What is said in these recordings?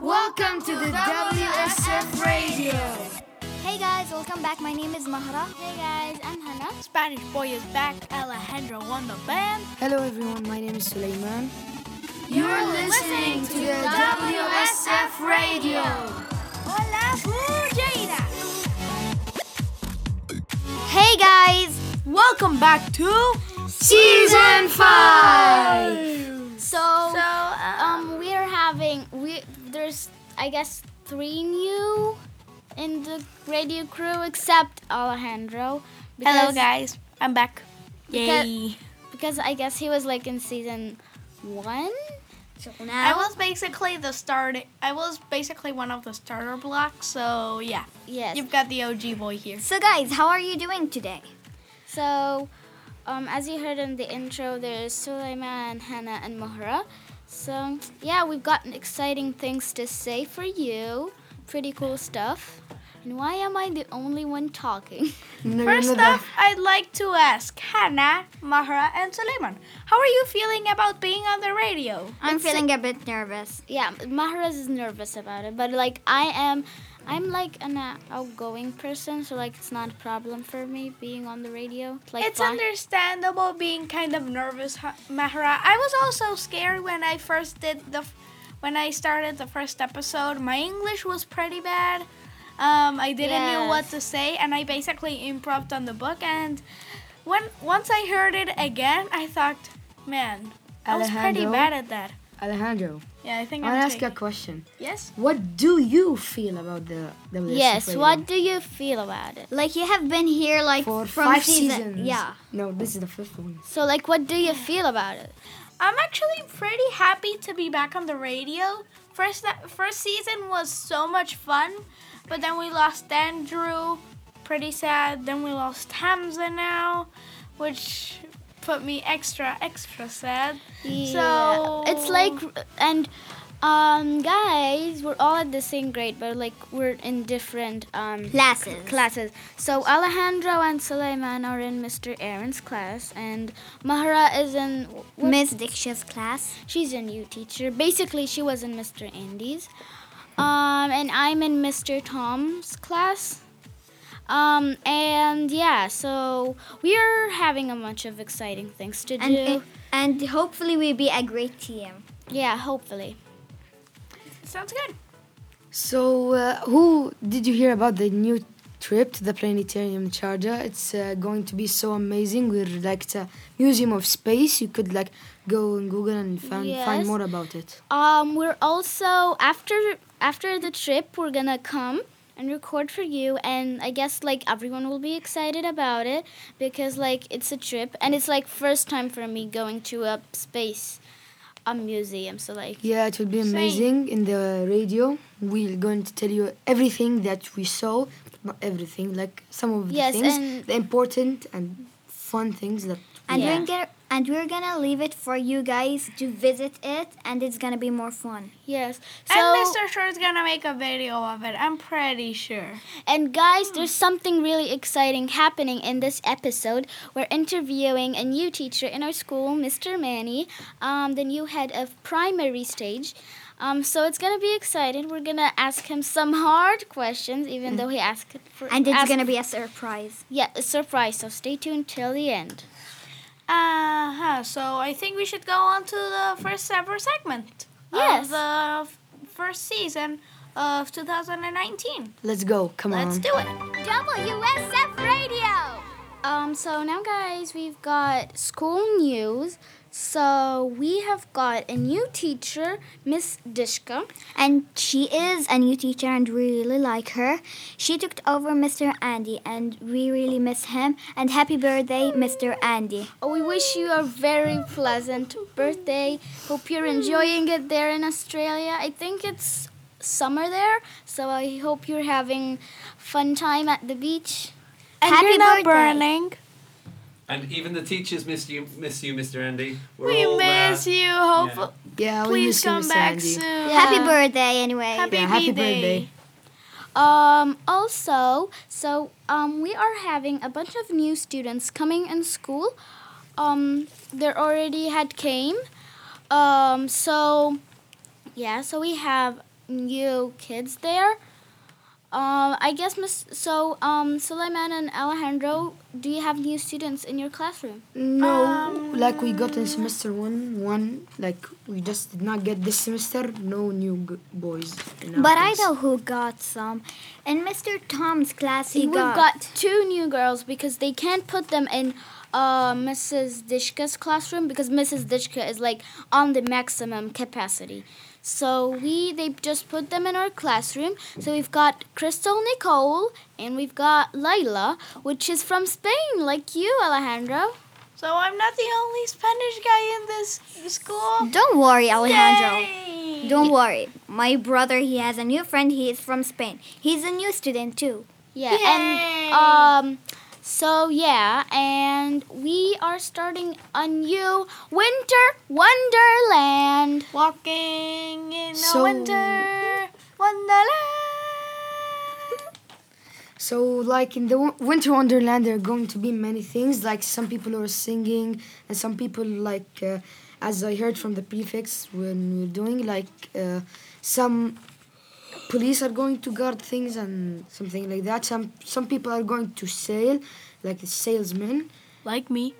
Welcome to the WSF Radio. Hey guys, welcome back. My name is Mahara. Hey guys, I'm Hannah. Spanish boy is back. Alejandro won the band. Hello everyone, my name is Suleiman. You're listening to the WSF Radio. Hola, Fujaira. Hey guys! Welcome back to Season 5. So, uh, um, we are having we there's I guess three new in the radio crew except Alejandro. Hello guys, I'm back. Because- Yay. Because I guess he was like in season one. So I now, was basically the start I was basically one of the starter blocks, so yeah. yes. You've got the OG boy here. So, guys, how are you doing today? So, um, as you heard in the intro, there's Suleiman, Hannah, and Mohra. So, yeah, we've got exciting things to say for you. Pretty cool stuff. And why am I the only one talking? First off, I'd like to ask Hannah, Mahara, and Suleiman, how are you feeling about being on the radio? I'm feeling a bit nervous. yeah, Mahraz is nervous about it, but like I am, I'm like an uh, outgoing person, so like it's not a problem for me being on the radio. Like It's fine. understandable being kind of nervous, Ha- Mahara. I was also scared when I first did the, f- when I started the first episode. My English was pretty bad. Um, I didn't know Yes. what to say, and I basically improvised on the book. And when once I heard it again, I thought, man, I was pretty Alejandro? bad at that. Alejandro, Yeah, I think I'll I'm ask you a taking- question. yes. What do you feel about the WSF Yes. Radio? What do you feel about it? Like, you have been here, like, For from five season- seasons. Yeah. No, this is the fifth one. So like, what do you feel about it? I'm actually pretty happy to be back on the radio. First first season was so much fun, but then we lost Andrew, pretty sad. Then we lost Hamza now, which put me extra extra sad. So- it's like and um guys we're all at the same grade but like we're in different um Classes. classes so alejandro and suleiman are in mr aaron's class and mahara is in what- Miss Diksha's class. she's a new teacher basically she was in mr andy's um and i'm in mr tom's class um and yeah so we're having a bunch of exciting things to do And, uh, and hopefully, we'll be a great team. yeah hopefully Sounds good. So, uh, who did you hear about the new trip to the planetarium in Sharjah? It's uh, going to be so amazing. We're like it's a museum of space. You could like go on Google and find, Yes. find more about it. Um, we're also after after the trip, we're gonna come and record for you, and I guess like everyone will be excited about it because like it's a trip, and it's like first time for me going to a space, a museum. So like Yeah, it will be amazing. In the radio, we're going to tell you everything that we saw. Not everything, like some of the Yes, things, and- the important and fun things that. And, Yeah. we're gonna, and we're gonna leave it for you guys to visit it, and it's gonna be more fun. yes, and so Mr. Short's gonna make a video of it. I'm pretty sure. and guys, there's something really exciting happening in this episode. We're interviewing a new teacher in our school, Mr. Manny, um, the new head of primary stage. Um, so it's gonna be exciting. We're gonna ask him some hard questions, even though he asked for And it's asked- gonna be a surprise. yeah a surprise. So stay tuned till the end. Uh huh. So I think we should go on to the first ever segment Yes. of the f- first season of 2019. Let's go. Come on. Let's do it. WSF Radio! Um, so now, guys, we've got school news. So we have got a new teacher, Miss Dishka. And she is a new teacher and we really like her. She took over Mr. Andy and we really miss him. And happy birthday, Mr. Andy. Oh, We wish you a very pleasant birthday. Hope you're enjoying it there in Australia. I think it's summer there, so I hope you're having fun time at the beach. And Happy you're not birthday. burning. And even the teachers miss you, miss you, Mr. Andy. We're We all uh, there. miss you. Hopefully, Yeah, we please miss you, come Miss back Andy. soon. Happy birthday, anyway. Happy, Yeah, happy birthday. birthday. Um, also, so um, we are having a bunch of new students coming in school. Um, they already had came. Um, so, yeah, so we have new kids there. Um, I guess Miss. So, um, Suleiman and Alejandro, do you have new students in your classroom? No, Um, like we got in semester one, one like we just did not get this semester. No new g- boys. in our But I class. know who got some. In Mr. Tom's class, he We've got. got two new girls because they can't put them in uh, Mrs. Dishka's classroom because Mrs. Dishka is like on the maximum capacity. So we they just put them in our classroom. So we've got Crystal Nicole and we've got Layla, which is from Spain, like you, Alejandro. So I'm not the only Spanish guy in this school. Don't worry, Alejandro. Yay! Don't worry. My brother, he has a new friend. He is from Spain. He's a new student too. Yeah, and um, so yeah, and we are starting a new winter wonderland. Walking in the So- winter wonderland. So, like in the w- Winter Wonderland, there are going to be many things. Like some people are singing, and some people, like uh, as I heard from the prefix when we we're doing, like uh, some police are going to guard things and something like that. Some some people are going to sail, like salesmen. Like me.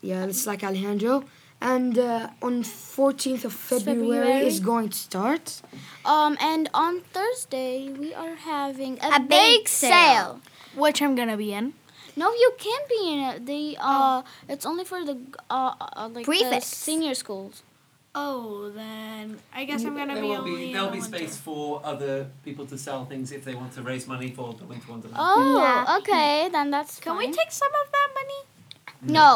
Yeah, it's like Alejandro. And uh, on 14th of February, February. is going to start. Um, and on Thursday we are having a, A bake sale. Which I'm gonna be in. No, you can't be in it. They uh, Oh. it's only for the uh, uh like the Prefects. senior schools. Oh, then I guess I'm gonna There be will only. be in there'll the be winter. space for other people to sell things if they want to raise money for the Winter Wonderland. Oh, Yeah. okay, then that's Can we fine. take some of that money? no.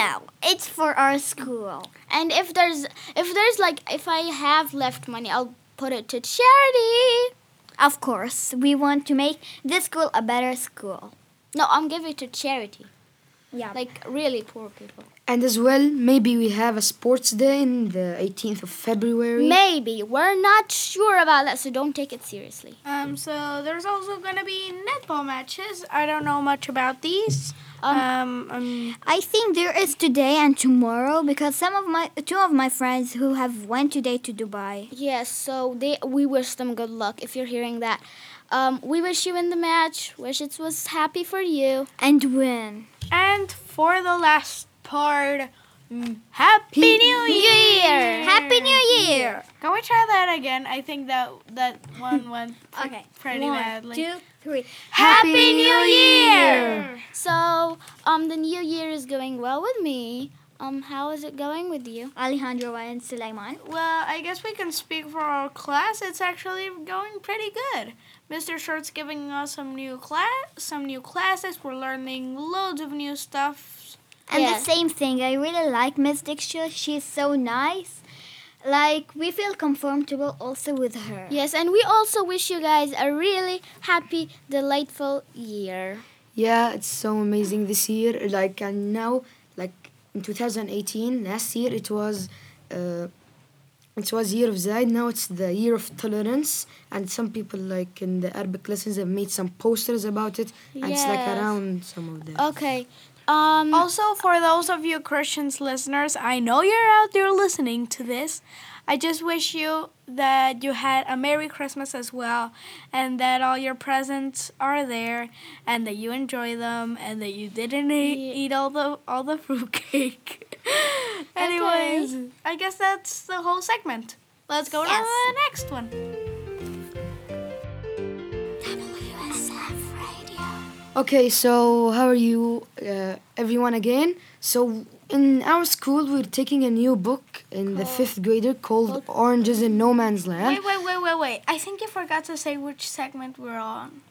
No, it's for our school. And if there's if there's like if I have left money, I'll put it to charity. Of course, we want to make this school a better school. No, I'm giving it to charity, Yeah. Like like really poor people. And as well, maybe we have a sports day in the 18th of February. Maybe we're not sure about that, so don't take it seriously. Um, so there's also gonna be netball matches. I don't know much about these. Um, Um, um, I think there is today and tomorrow because some of my two of my friends who have went today to Dubai. Yes, so they we wish them good luck if you're hearing that. Um, we wish you in the match. Wish it was happy for you. And when? and for the last part, mm, Happy New Year! Happy New Year! Can we try that again? I think that that one went pre- Okay. pretty badly. Two, three. Happy New Year! So, um, the new year is going well with me. Um, how is it going with you? Alejandro and Suleiman. Well, I guess we can speak for our class. It's actually going pretty good. Mr. Short's giving us some new class, some new classes. We're learning loads of new stuff. And Yeah. the same thing, I really like Miss Diksha. She's so nice. Like, we feel comfortable also with her. Yes, and we also wish you guys a really happy, delightful year. Yeah, it's so amazing this year. Like, and now, like in 2018, last year it was, uh, it was year of Zaid. Now it's the year of tolerance, and some people like in the Arabic lessons have made some posters about it, and it's like Yes. Oh, around some of them. Okay. Um, Also, for those of you Christians listeners, I know you're out there listening to this. I just wish you that you had a Merry Christmas as well, and that all your presents are there, and that you enjoy them, and that you didn't e- eat all the all the fruitcake. Anyways, I guess that's the whole segment. Let's go to Yes. the next one. Okay, so how are you, uh, everyone, again? So, in our school, we're taking a new book in the fifth grader called Oranges in No Man's Land. Wait, wait, wait, wait, wait. I think you forgot to say which segment we're on.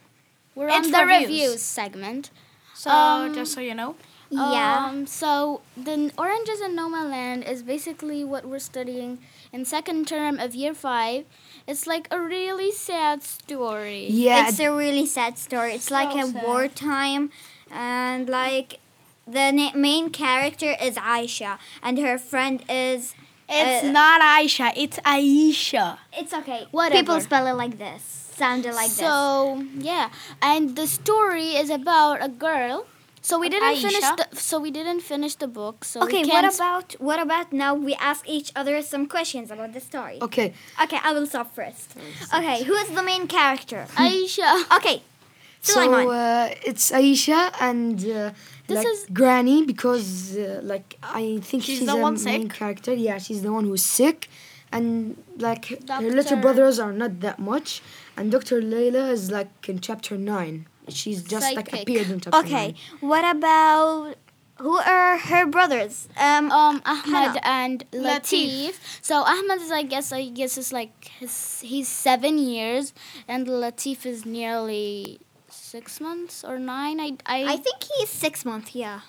we're it's on the reviews. reviews, segment. So just so you know. Yeah. Um, so the Oranges in Noma Land is basically what we're studying in second term of year five. It's like a really sad story. Yeah, It's a really sad story. It's like a sad. wartime, and like the na- main character is Aisha, and her friend is. It's Uh, not Aisha, it's Aisha. It's okay. Whatever. People spell it like this. Sounded like so, yeah, and the story is about a girl So we didn't finish Aisha? the so we didn't finish the book. So Okay, we what can't about what about now we ask each other some questions about the story? Okay, Okay, I will stop first. Okay, who is the main character? Aisha? Okay, Sulaiman. so uh, it's Aisha and uh, This like is- Granny because uh, like I think she's, She's the one main sick. character. Yeah, she's the one who's sick, and like her little Doctor- brothers are not that much, and Doctor Layla is like in chapter nine. She's just like Psychic. appeared in chapter okay, nine. what about who are her brothers? Um, Um, Ahmad Hannah. and Latif. So Ahmad is, I guess, I guess is like his, he's seven years, and Latif is nearly six months or nine. I, I, I think he's six months. Yeah.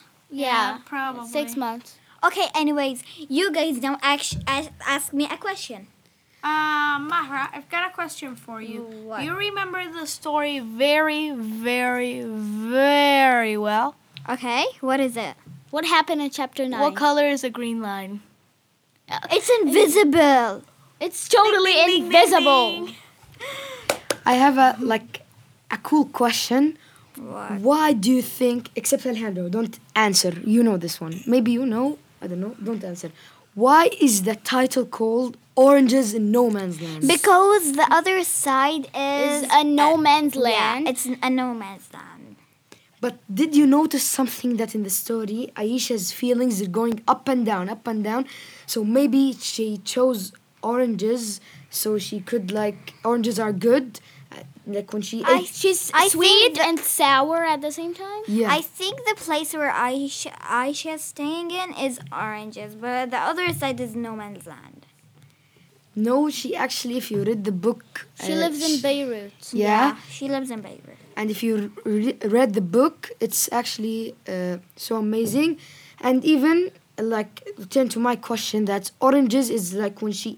yeah, probably. six months. Okay. Anyways, you guys now ask, ask, ask me a question. Uh, Mahra, I've got a question for you. What? You remember the story very, very, very well. Okay. What is it? What happened in chapter nine? What color is the green line? It's invisible. it's totally ding, ding, invisible. ding. I have a like a cool question. What? Why do you think, except Alejandro, don't answer. You know this one. Maybe you know. I don't know. Don't answer. Why is the title called Oranges in No Man's Land? Because the other side is, Is a no man's land. Yeah, it's a no man's land. but did you notice something that in the story, Aisha's feelings are going up and down, up and down? So maybe she chose oranges so she could, like, oranges are good. Uh, Like when she I- ate. She's I think sweet the- and sour at the same time. Yeah. I think the place where Aisha, Aisha is staying in is oranges, but the other side is no man's land. no, she actually, if you read the book. She uh, lives in sh- Beirut. yeah. she lives in Beirut. and if you re- read the book it's actually uh, so amazing and even like return to my question that oranges is like when she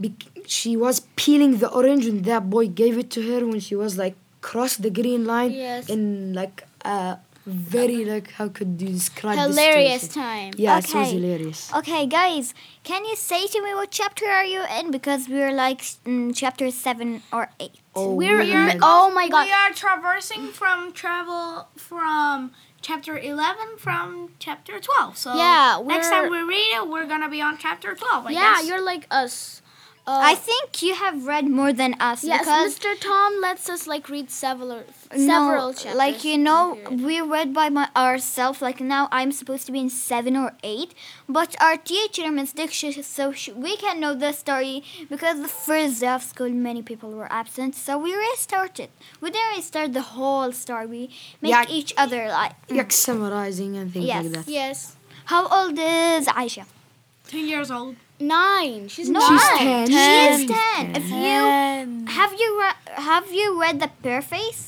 bec- she was peeling the orange and that boy gave it to her when she was like crossed the green line Yes. in like a very like how could you describe this Hilarious situation? time. yeah it was Okay. hilarious Okay, guys, can you say to me what chapter are you in? Because we're like in chapter seven or eight. oh, We're, man. oh my god. We are traversing from travel from chapter 11 from chapter 12. So Yeah, next time we we're- read it, we're going to be on chapter 12, I yeah, guess. you're like us. Uh, I think you have read more than us Yes, because Mr. Tom lets us like read several no, several chapters. like you know, we read by my, ourselves. Like now, I'm supposed to be in seven or eight, but our teacher, Miss Diksha, so she, we can know the story because the first day of school, many people were absent, so we restarted. We didn't restart the whole story. We make Yeah. each other like. like summarizing and things Yes. like that Yes. How old is Aisha? 10 years old. Nine. She's No, nine. She's ten. She is Ten. ten. If you have you re- have you read the Preface?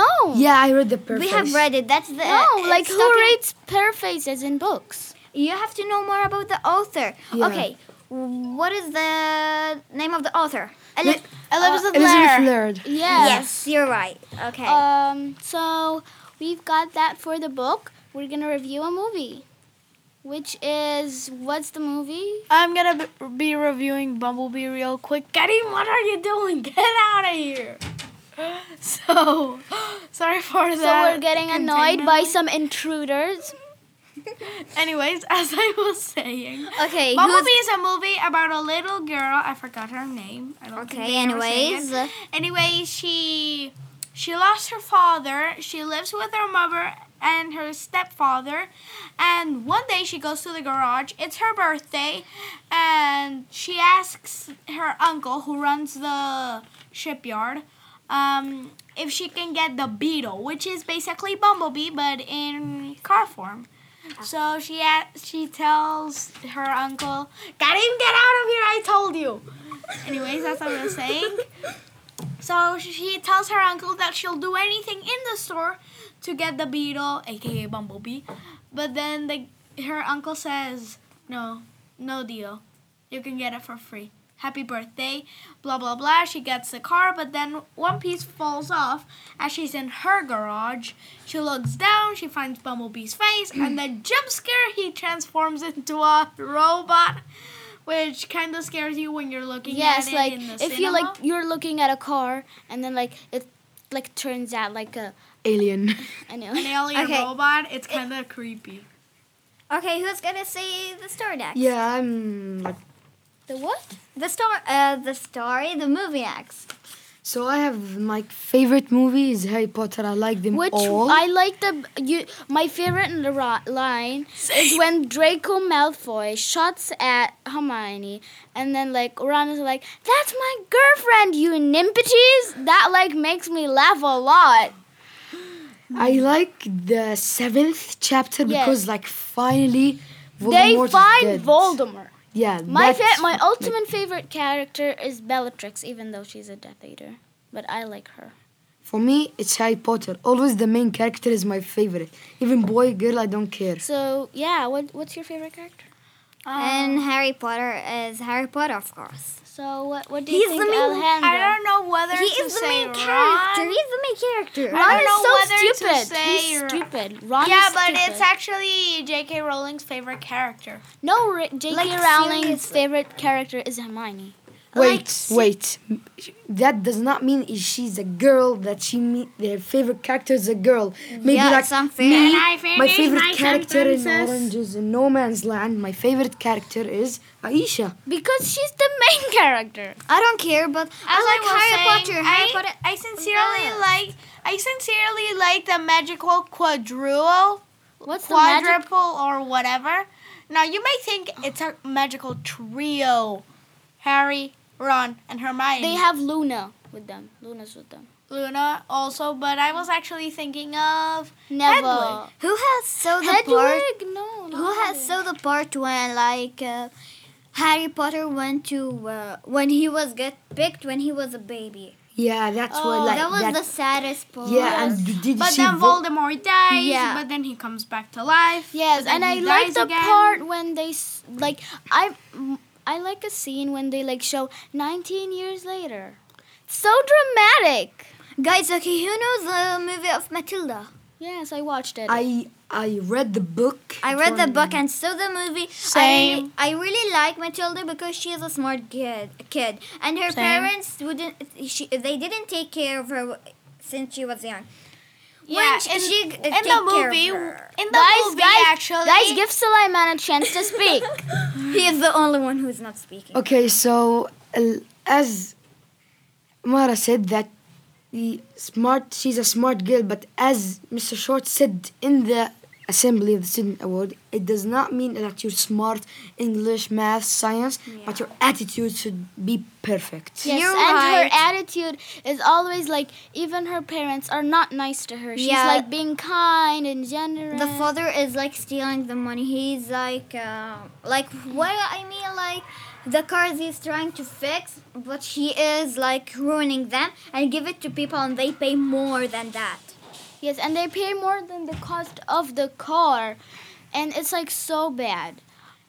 No. yeah i read the perfect We have read it. That's the No, it's like who talking- reads pear faces in books? You have to know more about the author. Yeah. Okay, what is the name of the author? Ele- Elizabeth elizabeth Blair. Laird. yes, Uh, you're right. Okay. Um. So we've got that for the book. We're gonna review a movie, which is what's the movie? I'm going to be reviewing Bumblebee real quick. Getting, what are you doing? Get out of here. So, sorry for So that. we're getting annoyed by some intruders. Anyways, as I was saying, okay. Bumblebee is Who's, a movie about a little girl. I forgot her name. I don't think okay. they ever say it. Anyways, uh, Anyway, she she lost her father. She lives with her mother and her stepfather. And one day she goes to the garage. It's her birthday, and she asks her uncle, who runs the shipyard, um, if she can get the beetle, which is basically Bumblebee but in car form. So she a- she tells her uncle, "Got him, get out of here! I told you." Anyways, that's what I was saying. So she tells her uncle that she'll do anything in the store to get the beetle, aka Bumblebee. But then the, her uncle says, "No, no deal. You can get it for free. Happy birthday." Blah blah blah. She gets the car, but then one piece falls off as she's in her garage. She looks down. She finds Bumblebee's face, and then jump scare, he transforms into a robot. Which kind of scares you when you're looking Yes, at it like in the if cinema. you like you're looking at a car and then like it like turns out like a alien. I know. An alien Okay. robot. It's kind of creepy. Okay, who's gonna say the story next? yeah, I'm like The what? The star, uh, the story, the movie next. So I have my favorite movie is Harry Potter. I like them Which all. I like the you. My favorite ra- line is when Draco Malfoy shots at Hermione, and then like Ron is like, "That's my girlfriend, you nimpeties." That like makes me laugh a lot. I like the seventh chapter Yes. because like finally they Voldemort is find dead. Voldemort. Yeah, My that's- fa- my ultimate favorite character is Bellatrix, even though she's a Death Eater, but I like her. for me it's Harry Potter. Always the main character is my favorite. Even boy, girl, I don't care. So yeah, what what's your favorite character? and Harry Potter is Harry Potter, of course. So what what do you He's think, the main- Alejandro? I don't know whether He to is the say main Ron. character. He's the main character. I Ron don't is know so whether to stupid. say He's Ron. stupid. Ron yeah, is but stupid. it's actually J.K. Rowling's favorite character. no. Ri- J.K. Like, Rowling's seriously. favorite character is Hermione. Wait, wait. That does not mean if she's a girl that she meet their favorite character is a girl. Maybe Yeah, like it's unfair. me, Can I my finish favorite my character in sentences? Oranges in No Man's Land. My favorite character is Aisha. Because she's the main character. I don't care, but I As like was Harry saying, Potter. Harry I, Potter. I sincerely Yes. like. I sincerely like the magical quadruple, What's the magic? quadruple or whatever. Now you may think it's a magical trio, Harry, Ron, and Hermione. They have Luna with them. Luna's with them. Luna also, but I was actually thinking of Neville. Who has so the part? Hedwig. No. Who has so the part when like uh, Harry Potter went to uh, when he was get picked when he was a baby? Yeah, that's what like Oh, that was that- the saddest part. Yeah, and d- did you But see then Vol- Voldemort dies. Yeah. But then he comes back to life. Yes, but then and I he like dies the again. part when they s- like I mm, I like a scene when they like show 19 years later. So dramatic. Guys, okay, who knows the movie of Matilda? Yes, I watched it. I I read the book. I It read the was- book and saw the movie. Same. I, I really like Matilda because she is a smart kid. Kid, and her parents wouldn't. She, they didn't take care of her since she was young. Yeah, she- in, she, uh, in take the care of movie, her. in the guys, movie guys, actually, guys, give Sulaiman a chance to speak. He is the only one who is not speaking. Okay, so uh, as Mara said that the smart she's a smart girl, but as Mr. Short said in the assembly of the student award, it does not mean that you're smart English, math, science, but your attitude should be perfect. yes, You're and her right. attitude is always like even her parents are not nice to her. She's Yeah. like being kind and generous. The father is like stealing the money. He's like, uh, like what I mean, like the cars he's trying to fix, but he is like ruining them and give it to people, and they pay more than that. Yes, and they pay more than the cost of the car, and it's like so bad.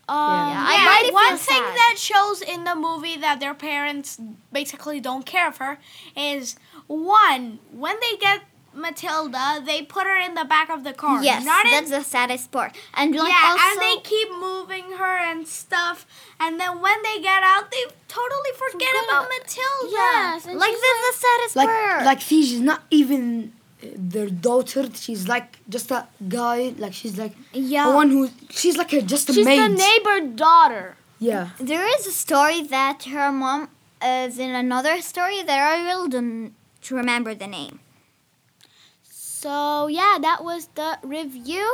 Um, Yeah. I yeah, really feel one thing sad. that shows in the movie that their parents basically don't care of her is one when they get Matilda, they put her in the back of the car. Yes, not in that's the saddest part. And like yeah, also, and they keep moving her and stuff, and then when they get out, they totally forget about Matilda. Yes, and like she's that's the saddest Like part. like she's not even uh, their daughter. She's like just a guy. Like she's like Yeah. a one who she's like a, just a She's maid. the neighbor daughter. yeah. there is a story that her mom is in another story that I really don't remember the name. So yeah, that was the review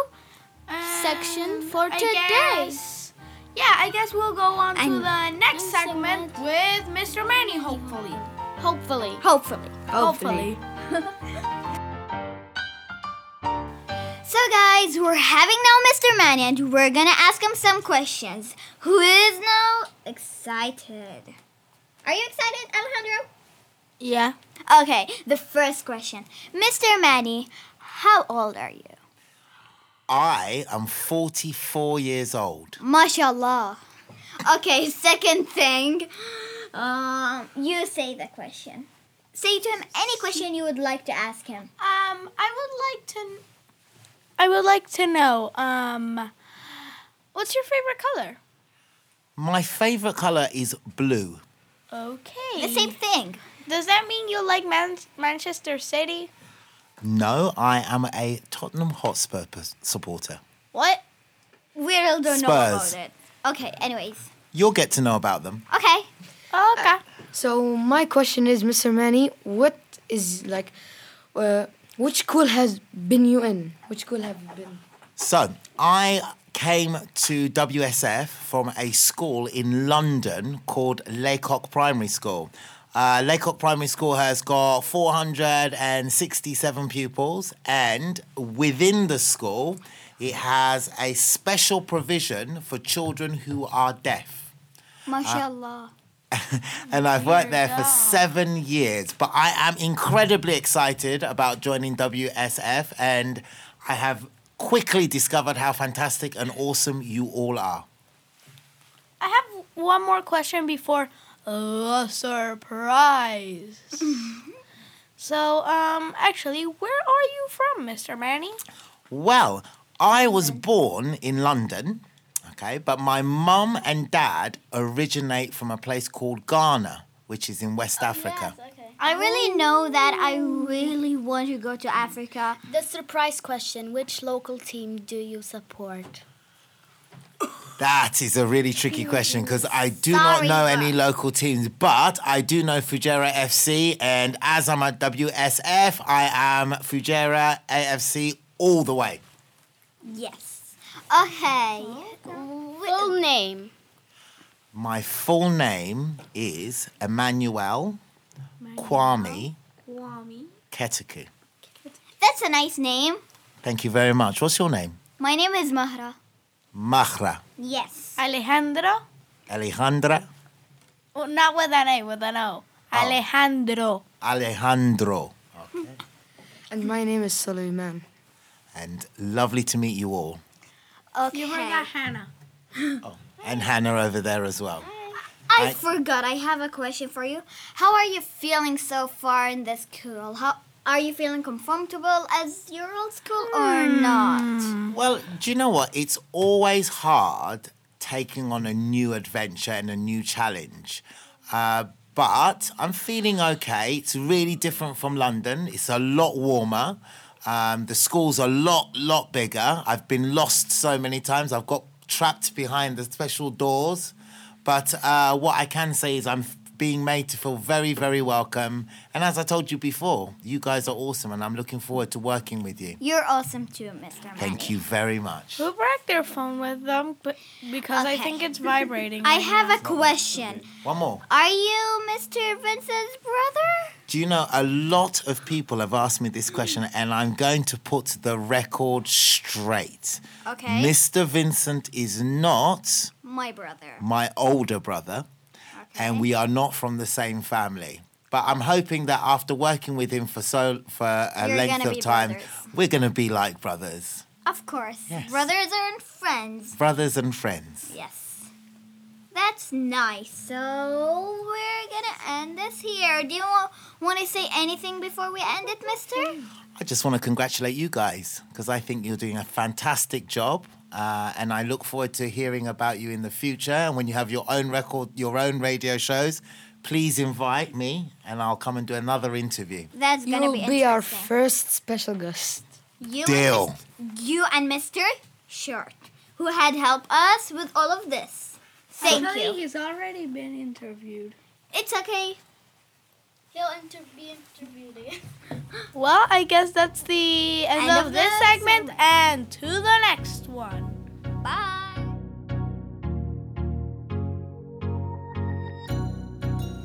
section for Um, I today. guess- yeah, I guess we'll go on to And- the next and segment with Mr. Manny, hopefully. Hopefully. Hopefully. Hopefully. So guys, we're having now Mr. Manny and we're gonna ask him some questions. Who is now excited? Are you excited, Alejandro? Yeah. Okay, the first question. Mr. Manny, how old are you? I am 44 years old. Mashallah. Okay, second thing. Um, you say the question. Say to him any question you would like to ask him. Um, I would like to. kn- I would like to know. Um, what's your favorite color? My favorite color is blue. Okay. The same thing. Does that mean you like Man- Manchester City? No, I am a Tottenham Hotspur p- supporter. What? We all don't know about Spurs. it. Okay, anyways. You'll get to know about them. Okay. Oh, okay. So my question is, Mr. Manny, what is like, uh, which school has been you in? Which school have you been? So I came to WSF from a school in London called Laycock Primary School. Uh, Laycock Primary School has got 467 pupils, and within the school, it has a special provision for children who are deaf. Mashallah. And I've worked there for seven years, but I am incredibly excited about joining WSF, and I have quickly discovered how fantastic and awesome you all are. I have one more question before the surprise. so, um, actually, where are you from, Mr. Manny? Well, I was born in London, okay, but my mum and dad originate from a place called Ghana, which is in West Africa. I really know that I really want to go to Africa. The surprise question Which local team do you support? That is a really tricky question because I do Sorry, not know but- any local teams, but I do know Fujera FC, and as I'm at WSF, I am Fujera AFC all the way. Yes. Okay. Full name. My full name is Emmanuel Kwame Keteku. That's a nice name. Thank you very much. What's your name? My name is Mahra. Mahra. Yes. Alejandro? Alejandra. Well, not with an A, with an O. Alejandro. Alejandro. And my name is Suleiman. And lovely to meet you all. Okay. Hannah. And Hannah over there as well. I I- forgot. I have a question for you. How are you feeling so far in this school? How are you feeling comfortable as your old school or Hmm. not? Well, do you know what? It's always hard taking on a new adventure and a new challenge. Uh, but I'm feeling okay. It's really different from London. It's a lot warmer. Um, the school's a lot, lot bigger. I've been lost so many times. I've got trapped behind the special doors. But uh, what I can say is I'm f- being made to feel very, very welcome. And as I told you before, you guys are awesome, and I'm looking forward to working with you. You're awesome too, Mr. Manny. Thank you very much. Who broke their phone with them? But because I Okay. think it's vibrating. I have a question. One more. Are you Mr. Vincent's brother? Do you know a lot of people have asked me this question, and I'm going to put the record straight. Okay. Mr. Vincent is not My brother. my older brother, and we are not from the same family. But I'm hoping that after working with him for so for a You're length gonna of be time, brothers. we're gonna be like brothers, Of course. Yes. Brothers aren't friends. brothers and friends. Yes. That's nice. So we're gonna end this here. Do you want to say anything before we end it, Mister? I just want to congratulate you guys because I think you're doing a fantastic job, uh, and I look forward to hearing about you in the future. And when you have your own record, your own radio shows, please invite me, and I'll come and do another interview. That's You gonna will be, be our interesting. first special guest. You Deal. And Mr. You and Mr. Short, who had helped us with all of this. Thank you. He's already been interviewed. It's okay. He'll inter- be interviewed again. Well, I guess that's the end, End of, of this the segment, and to the next one. Bye.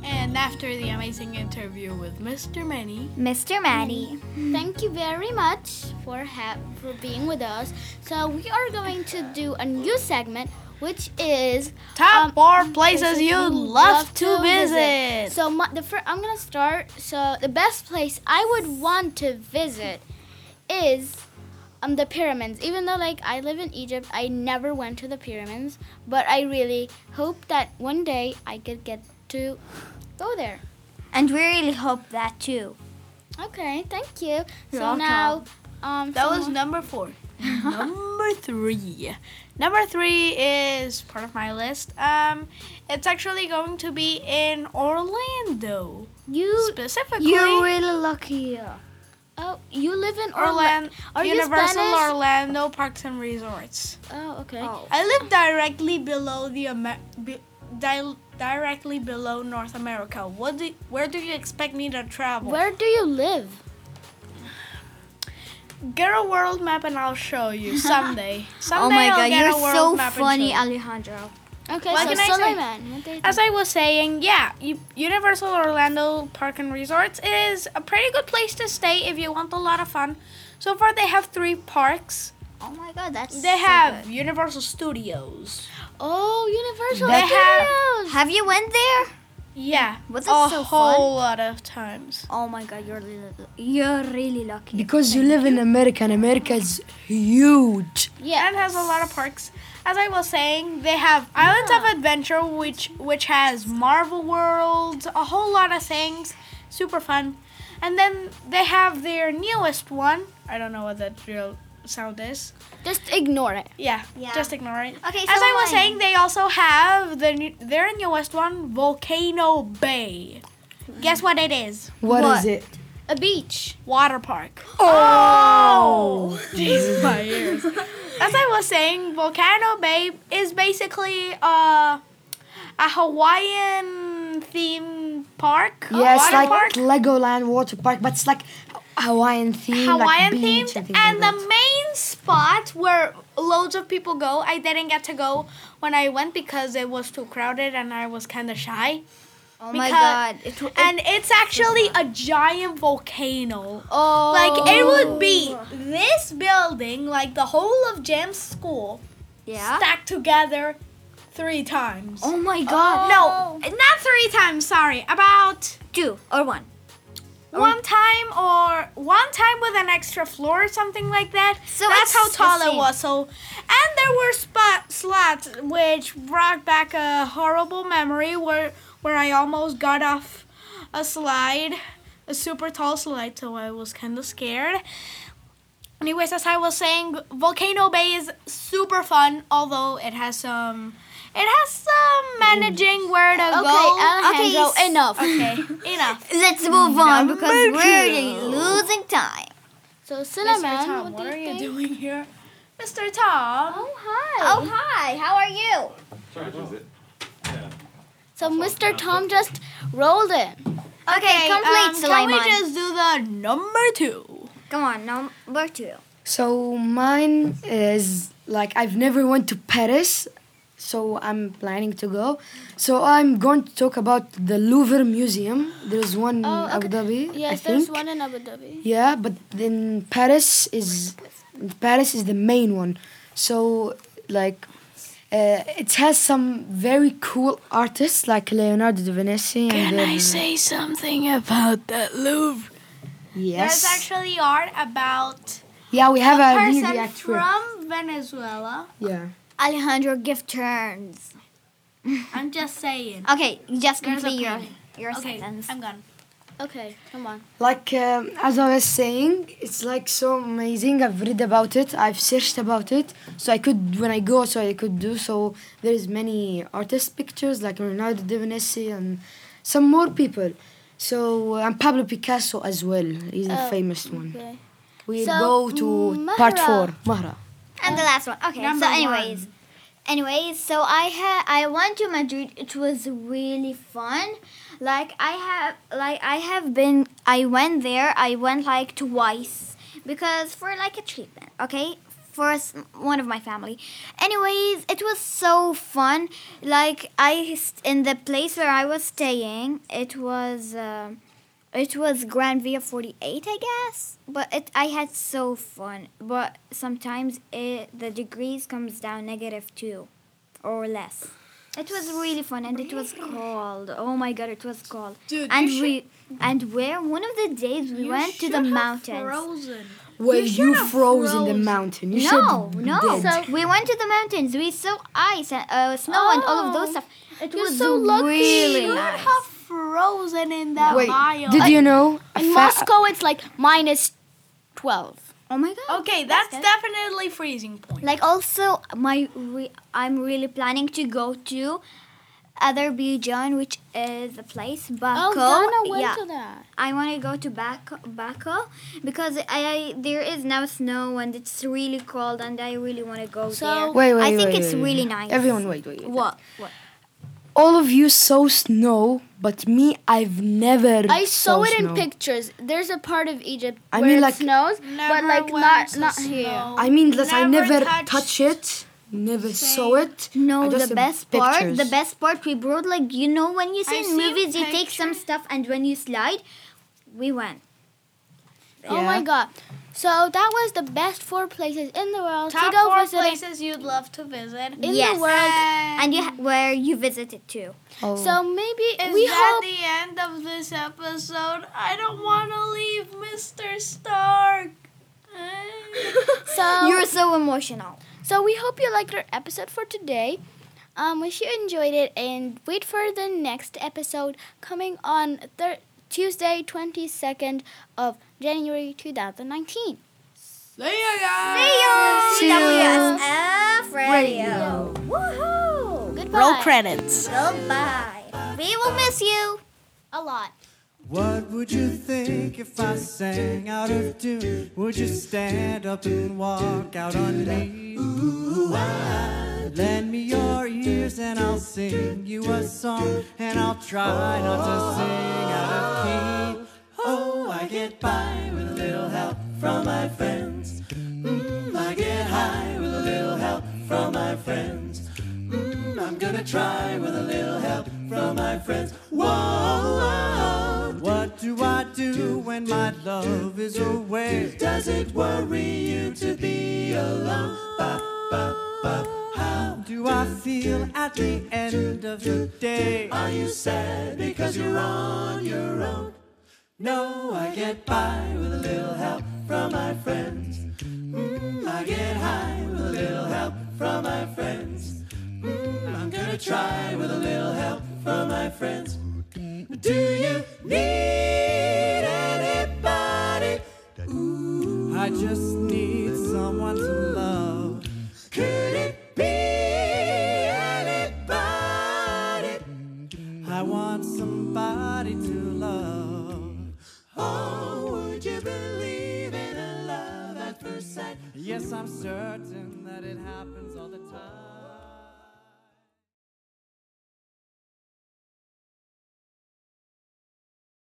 And after the amazing interview with Mr. Manny, Mr. Maddie. Thank you very much for ha- for being with us. So we are going to do a new segment, which is top Um, four places you'd love to visit. So my, the fir- I'm gonna start. So the best place I would want to visit is um the pyramids. Even though like I live in Egypt, I never went to the pyramids, but I really hope that one day I could get to go there. And we really hope that too. Okay, thank you. so welcome. now, um, That was someone- number four. number three. Number three is part of my list. Um, it's actually going to be in Orlando you. specifically. You're really lucky. Oh, you live in Orlando. Orlando, Are you Universal Spanish? Orlando Parks and Resorts. oh, okay. I live directly below the Amer- be- di- directly below North America. What do where do you expect me to travel? Where do you live? Get a world map and I'll show you someday. someday Oh my I'll god, get a you're world so map and show funny, you. Alejandro. Okay, What so can I say? Suleiman. what do you As think? I was saying, yeah, U- Universal Orlando Park and Resorts is a pretty good place to stay if you want a lot of fun. So far, they have three parks. Oh my god, that's They so have Universal Studios. oh, Universal They have- good. Studios. Have you went there? Yeah, Wasn't a that so fun? whole lot of times. Oh my god, you're really, you're really lucky. Because you live in America and America is huge. Yeah. And has a lot of parks. As I was saying, they have Islands of Adventure, which which has Marvel Worlds, a whole lot of things, super fun. And then they have their newest one. I don't know what that real sound is. Just ignore it. Yeah, Yeah. just ignore it. Okay, As I was Solomon. saying, they also have the new, their newest one, Volcano Bay. Guess what it is? what What? is it? A beach. Water park. Oh! Jeez, my ears. As I was saying, Volcano Bay is basically uh, a Hawaiian themed park. a Yeah, it's water like park. Legoland water park, but it's like Hawaiian themed. Hawaiian like beach themed, and, and, things like the that. main spot where loads of people go. I didn't get to go when I went because it was too crowded and I was kind of shy. Oh my Because- god, it, w- And it's actually a giant volcano. Oh. Like it would be this building, like the whole of Jam's school, yeah. stacked together three times. Oh my god, No, not three times. Sorry, about two or one. one time or one time with an extra floor or something like that. So that's it's how tall the it same. was. So, and there were spot slots which brought back a horrible memory where where I almost got off a slide, a super tall slide. So I was kind of scared. Anyways, as I was saying, Volcano Bay is super fun, although it has some. It has some managing where to Okay, go. Alejandro, Okay, s- enough. Okay, enough. Let's move on because we're losing time. So, Mr. Suleiman, Tom, what what do are you you think? doing here? Mr. Tom, Oh, hi. Oh hi, how are you? So, Mr. Tom just rolled in. Okay, um, complete, can we Sulaiman. just do the number two? Come on, number two. So mine is like I've never went to Paris, so I'm planning to go. So I'm going to talk about the Louvre Museum. There's one in Oh, Abu okay. Dhabi. I Yes, think. there's one in Abu Dhabi. Yeah, but then Paris is Paris is the main one. So like uh, it has some very cool artists like Leonardo da Vinci. and then- say something about that Louvre? There's Yes. actually art about yeah, we have a a, person really actual. from Venezuela. yeah. Alejandro, give turns. I'm just saying. Okay, There's a just complete your, pen. your Okay, sentence. I'm gone. Okay, come on. Like um, as I was saying, it's like so amazing. I've read about it. I've searched about it, so I could when I go, so I could do. So there is many artist pictures like Leonardo da Vinci and some more people. So uh, and Pablo Picasso as well. He's the Oh, famous one. Okay. We'll So, go to part Mahra. four, Mahra. And the last one. Okay. Number so, anyways, anyways, so I had I went to Madrid. It was really fun. Like I have, like I have been. I went there. I went like twice because for like a treatment. Okay. For s- one of my family. Anyways, it was so fun. Like I st- in the place where I was staying, it was. um it was Grand Via 48, I guess. But it, I had so fun. But sometimes it, the degrees comes down negative two or less. It was really fun and it was cold. Oh my god, it was cold. Dude, and you we and where one of the days we went to the mountains. Frozen. Well, you, should have froze in the froze. mountain. You No, should no. dead. So we went to the mountains. We saw ice and uh, snow and all of those stuff. It You're was so lucky. really You nice. How frozen in that Wait, mile. did you know? a In fa- Moscow, it's like minus 12. Oh my god. okay, that's good. definitely freezing point. Like also my re- I'm really planning to go to Azerbaijan, which is a place, Baku. Oh, Donna went yeah. to that. I want to go to Baku, Baku because I, there is now snow and it's really cold and I really want to go So- there. Wait, wait, I think wait, it's wait, wait. really nice. Everyone, wait, wait, wait. What? What? All of you saw snow, but me, I've never. I saw it in snow. pictures. There's a part of Egypt I where mean, it like- snows, but Never like went not to not snow. here. I mean that I Never never touched touched it, never saw it. I No, just the saw best part, the pictures. best part, we brought like you know when you see I in see movies, you take some pictures. stuff and when you slide, we went. Oh my god. So that was the best four places in the world Top to go four visiting places you'd love to visit. in Yes. the world. And you ha- where you visited too. Oh. So maybe Is we that hope the end of this episode? I don't want to leave, Mr. Stark. Oh. so. You're so emotional. So we hope you liked our episode for today. Um, wish you enjoyed it and wait for the next episode coming on thir- Tuesday, 22nd of January 2019. See you guys. CWSF Radio. Woohoo! Goodbye. credits. Goodbye. We will miss you. A lot. What would you think if I sang out of tune? Would you stand up and walk out on me? Ooh, ah. Lend me your ears and I'll sing you a song, and I'll try not to sing out of key. Oh, I get by with a little help from my friends. Mm, I get high with a little help from my friends. Mm, I'm gonna try with a little help from my friends. Whoa, whoa. What do I do when my love is away? Does it worry you to be alone? Ba, ba, ba. How do I feel at the end of the day? Are you sad because you're on your own? No, I get by with a little help from my friends. Mm, I get high with a little help from my friends. Mm, I'm gonna try with a little help from my friends. Do you need anybody? Ooh, I just need someone to love. Could it be anybody? I want somebody to love. Oh, would you believe in a love at first sight? Yes, I'm certain that it happens all the time.